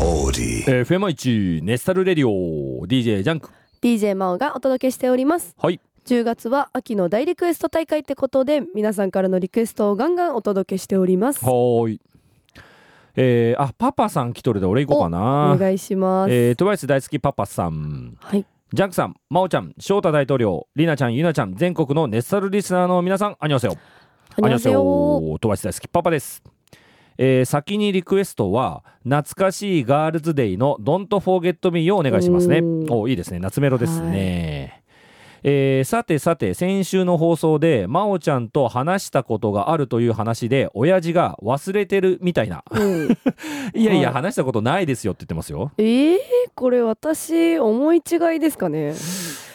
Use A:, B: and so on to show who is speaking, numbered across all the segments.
A: オーディ
B: FM1 ネスタルレディオ DJ ジャンク
C: DJ 真央がお届けしております
B: はい
C: 10月は秋の大リクエスト大会ってことで皆さんからのリクエストをガンガンお届けしております
B: はーいえー、あパパさん来とるで俺行こうか
C: お
B: な
C: 願いします、
B: えー、トワイス大好きパパさん
C: はい
B: ジャンクさんまおちゃん翔太大統領りなちゃんゆなちゃん全国のネスタルリスナーの皆さんあにょせよ
C: こんにちは
B: トワイス大好きパパです、えー、先にリクエストは懐かしいガールズデイの「Don't Forget Me」をお願いしますね
C: うん
B: おいいですね夏メロですね、えーさてさて先週の放送で真央ちゃんと話したことがあるという話で親父が忘れてるみたいな
C: うん
B: いやいや
C: はい
B: 話したことないですよって言ってますよ
C: えー、これ私思い違いですかね、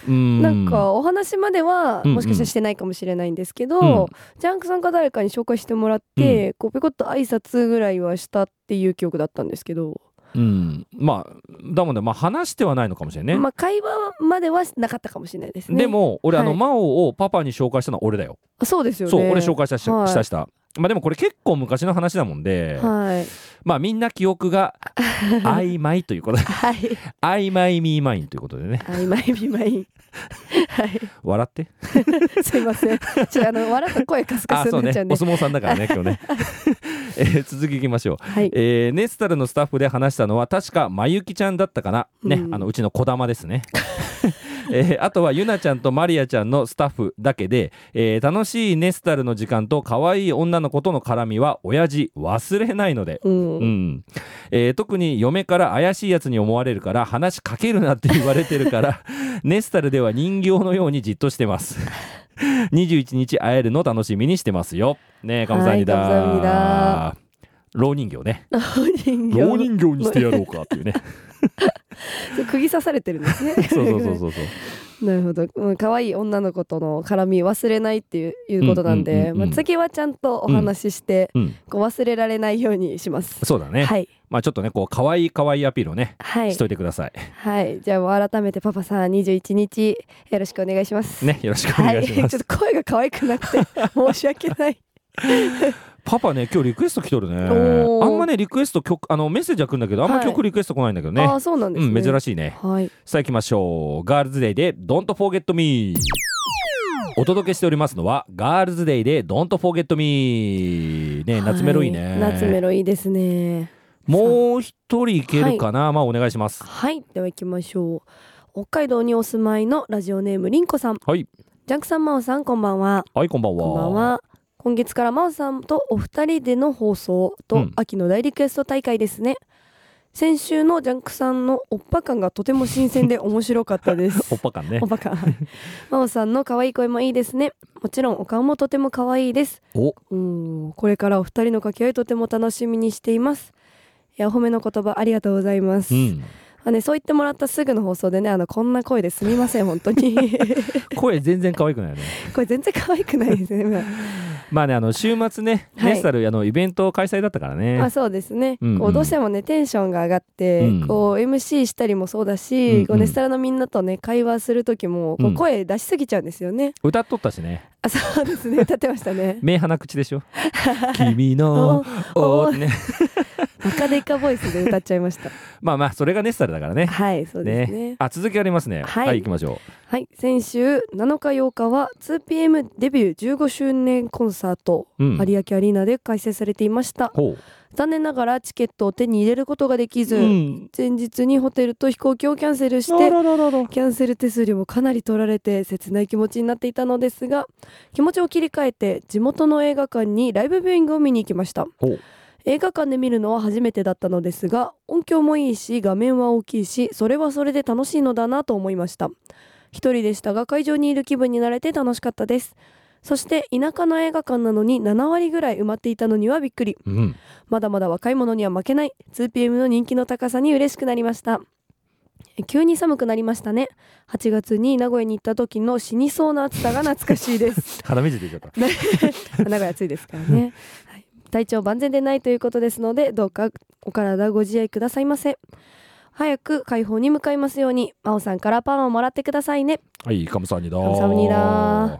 B: うん
C: なんかお話までは
B: うんうん
C: もしかしたらしてないかもしれないんですけど、
B: うん
C: ジャンクさんか誰かに紹介してもらって、こうペコッと挨拶ぐらいはしたっていう記憶だったんですけど、
B: うんまあだもんねまあ話してはないのかもしれないね、
C: まあ会話まではなかったかもしれないですね
B: でも俺、あ
C: は
B: の
C: い
B: 真央をパパに紹介したのは俺だよ
C: あそうですよね
B: そう俺紹介したし,、
C: はい
B: したしたまあでもこれ結構昔の話だもんで、
C: はい
B: まあみんな記憶 が曖昧ということで
C: はい
B: 曖昧ミーマインということでね
C: 曖昧微 妙はい
B: 笑って
C: すいませんちょっとあの笑った声カスカ
B: あ
C: ス
B: そう
C: にな
B: ね
C: っちゃうんで、
B: お相撲さんだから ね今日ね、 えー続きいきましょう、
C: はい
B: えーネスタルのスタッフで話したのは確かまゆきちゃんだったかなね、
C: うん
B: あのうちのこだまですね えーあとはゆなちゃんとまりあちゃんのスタッフだけで、えー楽しいネスタルの時間と可愛い女の子との絡みは親父忘れないので
C: うん、
B: うんえー特に嫁から怪しいやつに思われるから話しかけるなって言われてるから ネスタルでは人形のようにじっとしてます21日会えるの楽しみにしてますよねえカムサニ
C: はいカムサハニ
B: ダ
C: ダ
B: 老人形ね
C: 老人
B: 老
C: 形
B: 人形にしてやろうかって いうね
C: 釘刺されてるんですね
B: そうそうそうそうそう
C: なるほど、うん、可愛い女の子との絡み忘れないっていういうことなんで、
B: うんうんうんうん
C: まあ、次はちゃんとお話しして、
B: うん
C: こう忘れられないようにします、
B: そうだね、
C: はい
B: まあちょっとねこう可愛い可愛いアピールをね
C: は
B: し
C: い
B: といてください、
C: はいじゃあもう改めてパパさん21日よろしくお願いします
B: ねよろしくお
C: は
B: 願
C: い、
B: いし
C: ちょ
B: ま
C: っ
B: す、
C: と声が可愛くなくて申し訳ない。
B: パパね今日リクエスト来とるね
C: おー
B: あんまねリクエスト曲あのメッセージは来るんだけどあんま
C: はい
B: 曲リクエスト来ないんだけどね、
C: ああ、そうなんです、ね。
B: うん珍
C: し
B: しいね
C: い。はい。
B: さあ行きましょうガールズデイで Don't Forget Me お届けしておりますのはガールズデイで Don't Forget Me ね夏メロいいね、
C: はい夏メロいいですね。
B: もう一人いけるかな、まあお願いします
C: はい、では行きましょう。北海道にお住まいのラジオネームりんこさん。
B: はい
C: ジャンクさん、まおさん、こんばんは。
B: はいこんばんは
C: こんばんは。今月から真央さんとお二人での放送と、
B: うん
C: 秋の大リクエスト大会ですね。先週のジャンクさんのおっぱ感がとても新鮮で 面白かったです。
B: おっぱかんね
C: おっぱ感。真央さんの可愛い声もいいですね。もちろんお顔もとても可愛いです。
B: お
C: うん、これからお二人の掛け合いとても楽しみにしています。いや、お褒めの言葉ありがとうございます。
B: うん、
C: まあね、そう言ってもらったすぐの放送でね、あの、こんな声ですみません、本当 に。
B: 声全然可愛くないよね
C: これ全然可愛くないですね。まあ
B: まあねあの週末ね、
C: はい
B: ネスタルあのイベント開催だったから
C: まあ
B: ね
C: そうですね、
B: うんうん
C: こうどうしてもねテンションが上がって、
B: うん
C: こう MC したりもそうだし、
B: うんうん
C: こうネスタラのみんなとね会話する時も
B: う
C: こ
B: ん
C: う声出しすぎちゃうんですよね、
B: 歌っとったしね
C: あそうですね歌ってましたね
B: 目鼻口で しょ君の
C: お
B: おね
C: バカデカボイスで歌っちゃいました
B: まあまあそれがネスタルだからね
C: はいそうですね
B: あ続きありますね
C: はい
B: 行きましょ
C: はい先週7日8日は 2PM デビュー15周年コンサート、
B: う、うん、
C: 有明アリーナで開催されていました
B: ほ
C: 残念ながらチケットを手に入れることができ
B: う、
C: ず、
B: うん、
C: 前日にホテルと飛行機をキャンセルしてキャンセル手数料もかなり取られて切ない気持ちになっていたのですが気持ちを切り替えて地元の映画館にライブビューイングを見に行きました
B: ほう
C: 映画館で見るのは初めてだったのですが音響もいいし画面は大きいしそれはそれで楽しいのだなと思いました一人でしたが会場にいる気分になれて楽しかったですそして田舎の映画館なのに7割ぐらい埋まっていたのにはびっくり
B: うん、
C: まだまだ若い者には負けない 2PM の人気の高さに嬉しくなりましたえ急に寒くなりましたね8月に名古屋に行った時の死にそうな暑さが懐かしいです
B: 鼻水出ちゃった
C: ね 名古屋暑いですからね、はい体調万全でないということですのでどうかお体ご自愛くださいませ早く解放に向かいますように真央さんからパンをもらってくださいね
B: はいカムサハニダ
C: カムサハニダ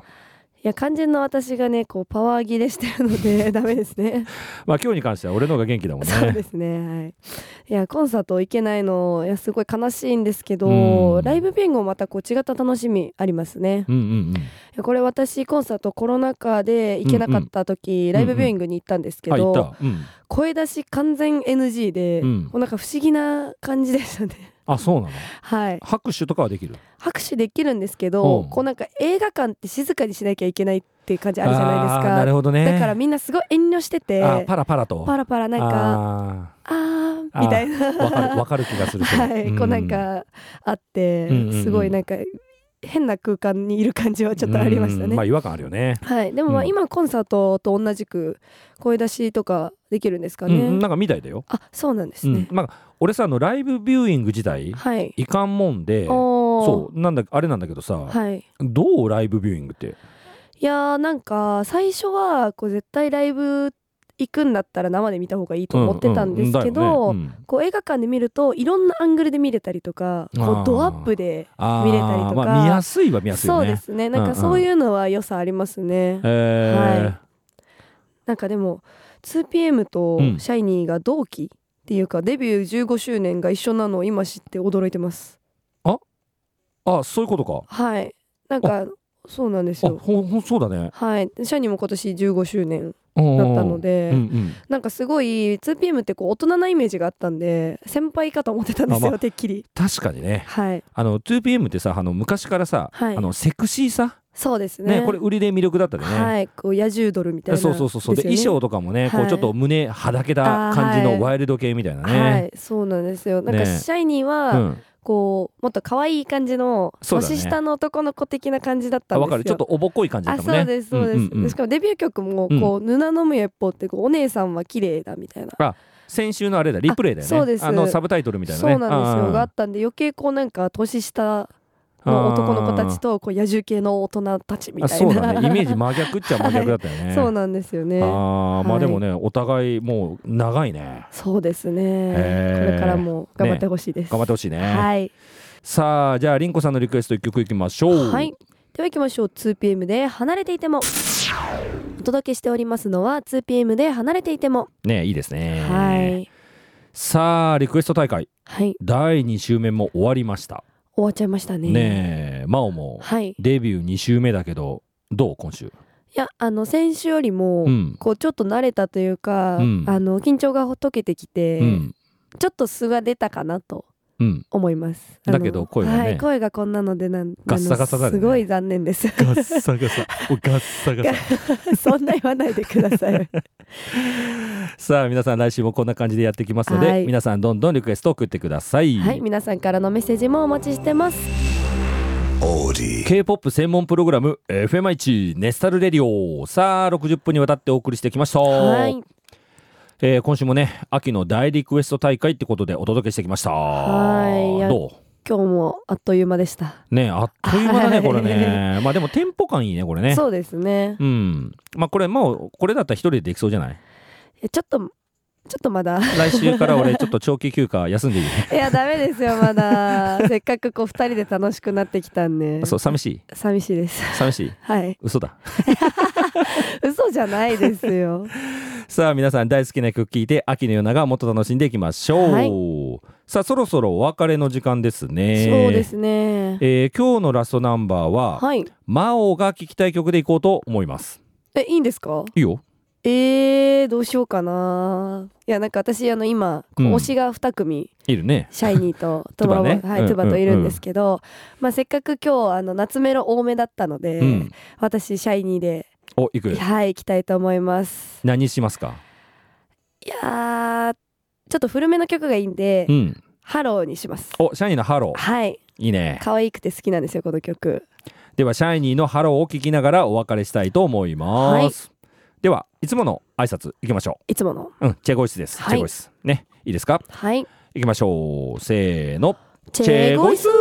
C: いや肝心の私がねこうパワー切れしてるので ダメですね
B: まあ今日に関しては俺の方が元気だもん
C: そう
B: ね
C: ですねはいいやコンサート行けないのいやすごい悲しいんですけ
B: う
C: ど
B: ん
C: ライブビューイングもまたこう違った楽しみありますね
B: うんうん
C: いやこれ私コンサートコロナ禍で行けなかった時、ライブビューイングに行ったんです
B: う
C: け
B: んあ
C: ど、
B: 行ったうん
C: 声出し完全 NG で、
B: うん
C: もうなんか不思議な感じでしたね
B: あそうなの
C: はい
B: 拍手とかはできる
C: 拍手できるんですけど、
B: うん
C: こうなんか映画館って静かにしなきゃいけないっていう感じあるじゃないです
B: あーな
C: か
B: るほどね
C: だからみんなすごい遠慮してて
B: あパラパラと
C: パラパラなんか
B: か
C: あー
B: あー
C: みたいな
B: わかる わかる気がするそれ
C: はい、こうなんかあって、
B: うんうんうん
C: すごいなんか変な空間にいる感じはちょっとありました
B: うん
C: ね
B: まあ。違和感あるよね
C: はい、でもまあ
B: うん
C: 今コンサートと同じく声出しとかできるんですかね。
B: うんなんかみたいだよ
C: あ、そうなんです
B: う
C: ね
B: ん。まあ俺さあのライブビューイング自体
C: はい。
B: いかんもんで
C: おー
B: そうなんだあれなんだけどさ
C: はい。
B: どうライブビューイングって
C: いやーなんか最初はこう絶対ライブ行くんだったら生で見た方がいいと思ってたんです
B: うん
C: けど、
B: うんだよねうん
C: こう映画館で見るといろんなアングルで見れたりとか、こ
B: あー
C: うドアップで。
B: あー
C: 見れたりとか
B: まあ見やすいは見やすいよ
C: そう
B: ね
C: ですね。なん
B: うんう
C: か
B: ん
C: そういうのは良さありますね。
B: え
C: なんかでも 2PM と
B: うん
C: シャイニーが同期っていうか、デビュー15周年が一緒なのを今知って驚いてます
B: ーあそういうことか
C: はいなんかそうなんです
B: あ
C: よ
B: ほんほんそうだね
C: はいでシャイニーも今年15周年
B: だ
C: だったので、
B: うんうん
C: なんかすごい 2PM ってこう大人なイメージがあったんで先輩かと思ってたんですよ、
B: あま
C: てっきり
B: 確かにね
C: はい
B: あの 2PM ってさあの昔からさ、
C: はい
B: あのセクシーさ、
C: そうですね
B: ねこれ売りで魅力だったでね、
C: はいこう野獣ドルみたいな
B: そうそうそうそうで,、
C: ですよね
B: 衣装とかもね、こ
C: は
B: う
C: い
B: ちょっと胸はだけた感じ
C: あーは
B: の
C: い
B: ワイルド系みたいなね、
C: はいそうなんですよなんか
B: ね
C: シャイニーは、
B: うん
C: こうもっと可愛い感じの、
B: そうだね
C: 年下の男の子的な感じだった
B: あ
C: んですよ
B: わかるちょっとおぼっこい感じだっ
C: あ
B: たもんね
C: そうですそうです、
B: んんうん
C: しかもデビュー曲もこう「ぬなのむやっぽ」ってこうお姉さんは綺麗だみたいな
B: 先週のあれだリプレイだよね
C: あそうです
B: あのサブタイトルみたいな
C: そ
B: ね
C: うなんですよがあ
B: あ
C: ったんで余計こうなんか年下の男の子たち
B: と
C: とこう野獣系の大人たちみたい
B: そう
C: な
B: だねイメージ真逆っちゃ真逆だったよね、
C: そうなんですよね
B: あーま
C: は
B: あ
C: い
B: でもね、お互いもう長いね
C: そうですね
B: へー
C: これからも頑張ってほしいです、
B: 頑張ってほしいね、
C: はい、
B: さあじゃありんこさんのリクエスト一曲いきましょう
C: はい、では行きましょう 2PM で離れていてもお届けしておりますのは 2PM で離れていても、
B: ねいいですね
C: はい
B: さあリクエスト大会
C: はい
B: 第2週目も終わりました
C: 終わっちゃいましたね
B: ねえ真央も
C: はい
B: デビュー2週目だけどどう今週
C: いやあの先週よりも、
B: うん
C: こうちょっと慣れたというか、
B: うん
C: あの緊張が解けてきて、
B: うん
C: ちょっと素が出たかなと
B: うん
C: 思いますあの
B: だけど声はね
C: い声がこんなのでなん
B: ガッサガサだよね
C: あのすごい残念です
B: ガッサガサおガッサガサ
C: そんな言わないでください
B: さあ皆さん来週もこんな感じでやってきますので、
C: はい
B: 皆さんどんどんリクエスト送ってくださ い、
C: はい皆さんからのメッセージもお待ちしてます
B: K-POP 専門プログラム FMI1 ネスタルレディオさあ60分にわたってお送りしてきました、
C: はい
B: えー今週もね秋の大リクエスト大会ってことでお届けしてきました
C: はいいや
B: ど
C: 今日もあっという間でした、
B: うねあっという間だ
C: は
B: ね
C: い
B: これねまあでもテンポ感いいねこれね
C: そうですね
B: うんまあこれもうこれだったら一人でできそうじゃない
C: いやちょっとちょっとまだ
B: 来週から俺ちょっと長期休暇休んでいい
C: いやダメですよ まだせっかくこう二人で楽しくなってきたんで
B: そう寂しい
C: 寂しいです
B: 寂しい
C: はい
B: 嘘だ
C: 嘘じゃないですよ
B: さあ皆さん大好きな曲聴いて秋の夜長もっと楽しんでいきましょう、
C: はい
B: さあそろそろお別れの時間ですね
C: そうですね
B: えー今日のラストナンバーは、
C: はい
B: マオが聴きたい曲でいこうと思います
C: えいいんですか
B: いいよ
C: えー、どうしようかないやなんか私あの今、こう
B: うん
C: 推しが2組
B: いるね
C: シャイニーと
B: トゥ
C: ト
B: バ
C: バ,、
B: ね
C: はい
B: うん
C: トゥバといるんですけど、まあ、せっかく今日あの夏メロ多めだったので、
B: うん
C: 私シャイニーで
B: おいく
C: はい行きたいと思います
B: 何しますか
C: いやーちょっと古めの曲がいいんで、
B: うん
C: ハローにします
B: おシャイニーのハロー
C: はい
B: いいね
C: 可愛くて好きなんですよこの曲
B: ではシャイニーのハローを聴きながらお別れしたいと思います、ではいつもの挨拶いきましょ
C: いつもの
B: ううんチェゴイスです、
C: はい
B: チェゴイスねいいですか
C: はい
B: いきましょうせーの
C: チェゴイス
B: 여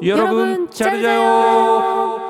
B: 러분,
C: 여러분,
B: 잘
C: 잘
B: 자요.